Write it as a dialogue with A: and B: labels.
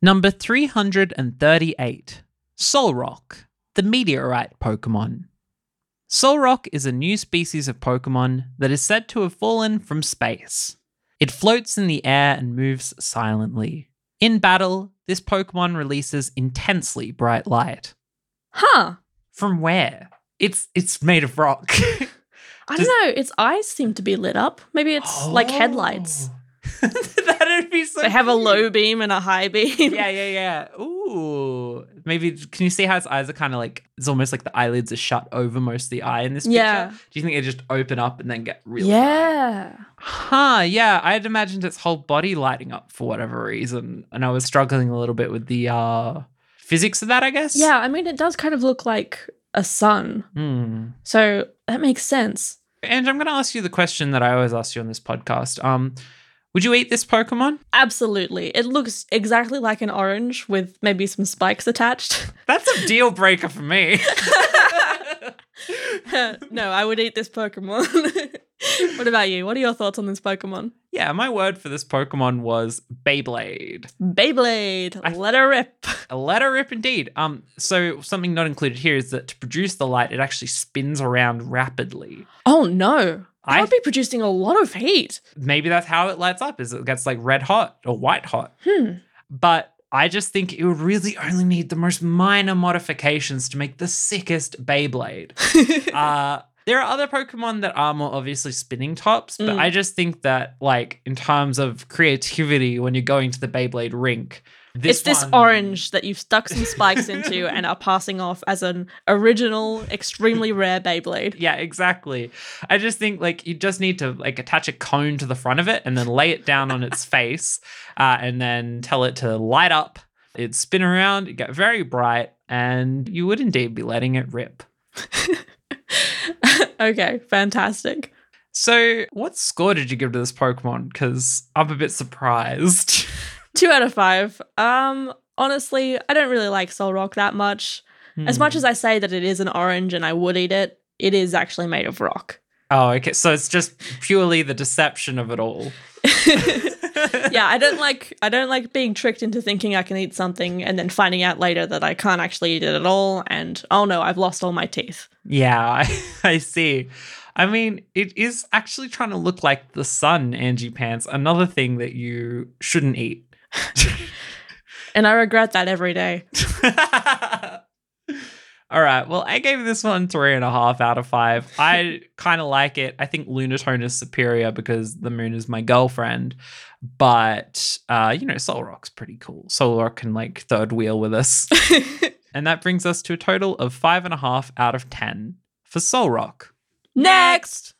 A: Number 338 Solrock, the meteorite Pokemon. Solrock is a new species of Pokemon that is said to have fallen from space. It floats in the air and moves silently. In battle, this Pokemon releases intensely bright light.
B: Huh.
A: From where? It's it's made of rock.
B: I
A: Does-
B: don't know. Its eyes seem to be lit up. Maybe it's like headlights.
A: Oh. That'd be so
B: They have a
A: cute.
B: low beam and a high beam.
A: yeah, yeah, yeah. Ooh. Maybe can you see how his eyes are kind of like it's almost like the eyelids are shut over most of the eye in this picture?
B: Yeah.
A: Do you think they just open up and then get real?
B: Yeah.
A: Huh, yeah. I had imagined its whole body lighting up for whatever reason. And I was struggling a little bit with the uh physics of that, I guess.
B: Yeah, I mean, it does kind of look like a sun.
A: Hmm.
B: So that makes sense.
A: And I'm gonna ask you the question that I always ask you on this podcast. Um, would you eat this Pokemon?
B: Absolutely. It looks exactly like an orange with maybe some spikes attached.
A: That's a deal breaker for me.
B: no, I would eat this Pokemon. what about you? What are your thoughts on this Pokemon?
A: yeah, my word for this Pokemon was Beyblade.
B: Beyblade,
A: I-
B: let her rip.
A: A letter rip indeed. Um, so something not included here is that to produce the light, it actually spins around rapidly.
B: Oh no. That
A: I-
B: would be producing a lot of heat.
A: Maybe that's how it lights up, is it gets like red hot or white hot.
B: Hmm.
A: But I just think it would really only need the most minor modifications to make the sickest Beyblade. uh there are other Pokemon that are more obviously spinning tops, but
B: Mm.
A: I just think that, like, in terms of creativity, when you're going to the Beyblade rink, this
B: it's this
A: one-
B: orange that you've stuck some spikes into and are passing off as an original, extremely rare Beyblade.
A: Yeah, exactly. I just think like you just need to like attach a cone to the front of it and then lay it down on its face, uh, and then tell it to light up. It'd spin around, it'd get very bright, and you would indeed be letting it rip.
B: okay, fantastic.
A: So, what score did you give to this Pokemon? Because I'm a bit surprised.
B: Two out of five. Um, honestly, I don't really like Solrock that much. As
A: Hmm.
B: much as I say that it is an orange and I would eat it, it is actually made of rock.
A: oh, okay. So it's just purely the deception of it all.
B: yeah, I don't like I don't like being tricked into thinking I can eat something and then finding out later that I can't actually eat it at all and oh no, I've lost all my teeth.
A: Yeah, I, I see. I mean, it is actually trying to look like the sun, Angie Pants, another thing that you shouldn't eat.
B: And I regret that every day.
A: All right. Well, I gave this one three and a half out of five. I kind of like it. I think Lunatone is superior because the moon is my girlfriend. But, uh, you know, Solrock's pretty cool. Solrock can like third wheel with us. and that brings us to a total of five and a half out of 10 for Solrock.
B: Next.